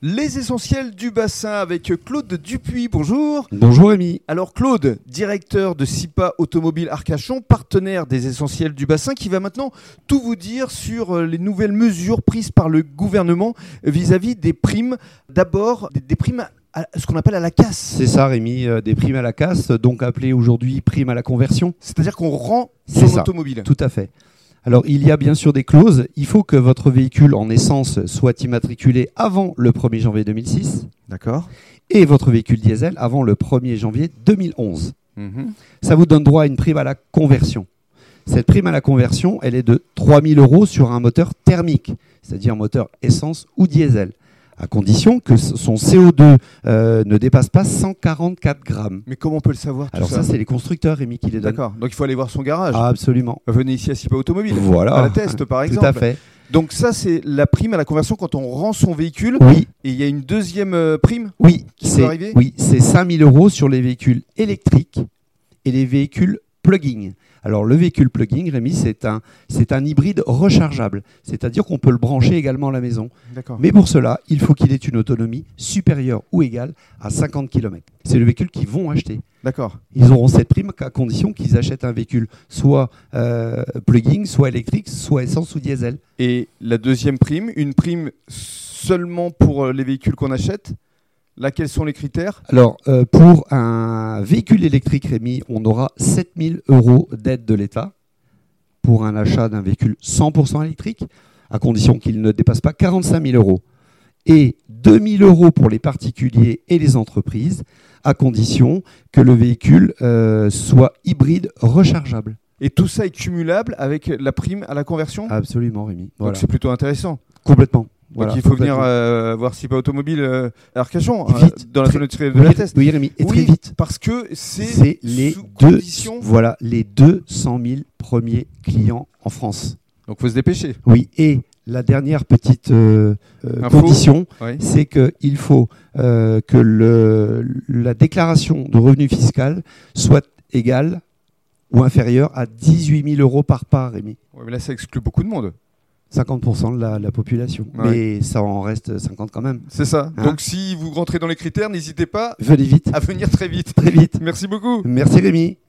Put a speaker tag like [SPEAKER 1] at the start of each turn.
[SPEAKER 1] Les essentiels du bassin avec Claude Dupuis. Bonjour.
[SPEAKER 2] Bonjour Rémi.
[SPEAKER 1] Alors Claude, directeur de SIPA Automobile Arcachon, partenaire des essentiels du bassin, qui va maintenant tout vous dire sur euh, les nouvelles mesures prises par le gouvernement vis-à-vis des primes. D'abord, des, des primes à à ce qu'on appelle à la casse.
[SPEAKER 2] C'est ça Rémi, euh, des primes à la casse, donc appelées aujourd'hui primes à la conversion.
[SPEAKER 1] C'est-à-dire qu'on rend
[SPEAKER 2] C'est
[SPEAKER 1] son
[SPEAKER 2] ça.
[SPEAKER 1] automobile.
[SPEAKER 2] Tout à fait. Alors il y a bien sûr des clauses. Il faut que votre véhicule en essence soit immatriculé avant le 1er janvier 2006
[SPEAKER 1] D'accord.
[SPEAKER 2] et votre véhicule diesel avant le 1er janvier 2011. Ça vous donne droit à une prime à la conversion. Cette prime à la conversion, elle est de 3000 euros sur un moteur thermique, c'est-à-dire moteur essence ou diesel, à condition que son CO2 euh, ne dépasse pas 144 grammes.
[SPEAKER 1] Mais comment on peut le savoir tout
[SPEAKER 2] Alors ça,
[SPEAKER 1] ça
[SPEAKER 2] c'est les constructeurs, Rémi, qui les donnent.
[SPEAKER 1] D'accord. Donc il faut aller voir son garage.
[SPEAKER 2] Ah, absolument.
[SPEAKER 1] Venez ici à SIPA Automobile.
[SPEAKER 2] Voilà.
[SPEAKER 1] À la test, par
[SPEAKER 2] Tout
[SPEAKER 1] exemple.
[SPEAKER 2] à fait.
[SPEAKER 1] Donc ça, c'est la prime à la conversion quand on rend son véhicule.
[SPEAKER 2] Oui,
[SPEAKER 1] Et il y a une deuxième euh, prime.
[SPEAKER 2] oui,
[SPEAKER 1] peut arriver
[SPEAKER 2] c'est oui, c'est 5000 euros sur les véhicules électriques et les véhicules plug-in. Alors le véhicule plug-in, Rémi, c'est un c'est un hybride rechargeable, c'est-à-dire qu'on peut le brancher également à la maison.
[SPEAKER 1] D'accord.
[SPEAKER 2] Mais pour cela, il faut qu'il ait une autonomie supérieure ou égale à 50 km. C'est le véhicule qu'ils vont acheter.
[SPEAKER 1] D'accord.
[SPEAKER 2] Ils auront cette prime qu'à condition qu'ils achètent un véhicule soit euh, plug-in, soit électrique, soit essence ou diesel.
[SPEAKER 1] Et la deuxième prime, une prime seulement pour euh, les véhicules qu'on achète. Là, quels sont les critères
[SPEAKER 2] Alors, euh, pour un véhicule électrique, Rémi, on aura 7000 euros d'aide de l'État pour un achat d'un véhicule 100% électrique, à condition qu'il ne dépasse pas 45 000 euros. Et 2000 euros pour les particuliers et les entreprises, à condition que le véhicule euh, soit hybride rechargeable.
[SPEAKER 1] Et tout ça est cumulable avec la prime à la conversion.
[SPEAKER 2] Absolument,
[SPEAKER 1] Ah.
[SPEAKER 2] Rémi.
[SPEAKER 1] Donc
[SPEAKER 2] Ah, Voilà.
[SPEAKER 1] c'est plutôt intéressant.
[SPEAKER 2] Complètement. Voilà,
[SPEAKER 1] Donc il faut venir
[SPEAKER 2] complètement.
[SPEAKER 1] euh, voir SIPA Automobile euh, à Arcachon, euh,
[SPEAKER 2] Vite,
[SPEAKER 1] dans la
[SPEAKER 2] très-
[SPEAKER 1] zone de la
[SPEAKER 2] Oui,
[SPEAKER 1] euh, test.
[SPEAKER 2] Oui, Rémi, et très
[SPEAKER 1] Oui,
[SPEAKER 2] vite.
[SPEAKER 1] Parce que c'est
[SPEAKER 2] c'est les
[SPEAKER 1] sous
[SPEAKER 2] deux,
[SPEAKER 1] condition.
[SPEAKER 2] voilà, les 200 000 premiers clients en France.
[SPEAKER 1] Donc faut se dépêcher.
[SPEAKER 2] Oui, et la dernière petite euh, euh,
[SPEAKER 1] Info.
[SPEAKER 2] condition,
[SPEAKER 1] Oui.
[SPEAKER 2] c'est qu'il faut euh, que le, la déclaration de revenu fiscal soit égale ou inférieure à 18 000 euros par part, Rémi.
[SPEAKER 1] Ouais, mais là, ça exclut beaucoup de monde.
[SPEAKER 2] 50% de la, la population.
[SPEAKER 1] Ouais.
[SPEAKER 2] Mais ça en reste 50 quand même.
[SPEAKER 1] C'est ça.
[SPEAKER 2] Hein
[SPEAKER 1] Donc si vous rentrez dans les critères, n'hésitez pas
[SPEAKER 2] Venez vite,
[SPEAKER 1] à venir très vite.
[SPEAKER 2] très vite.
[SPEAKER 1] Merci beaucoup.
[SPEAKER 2] Merci Rémi.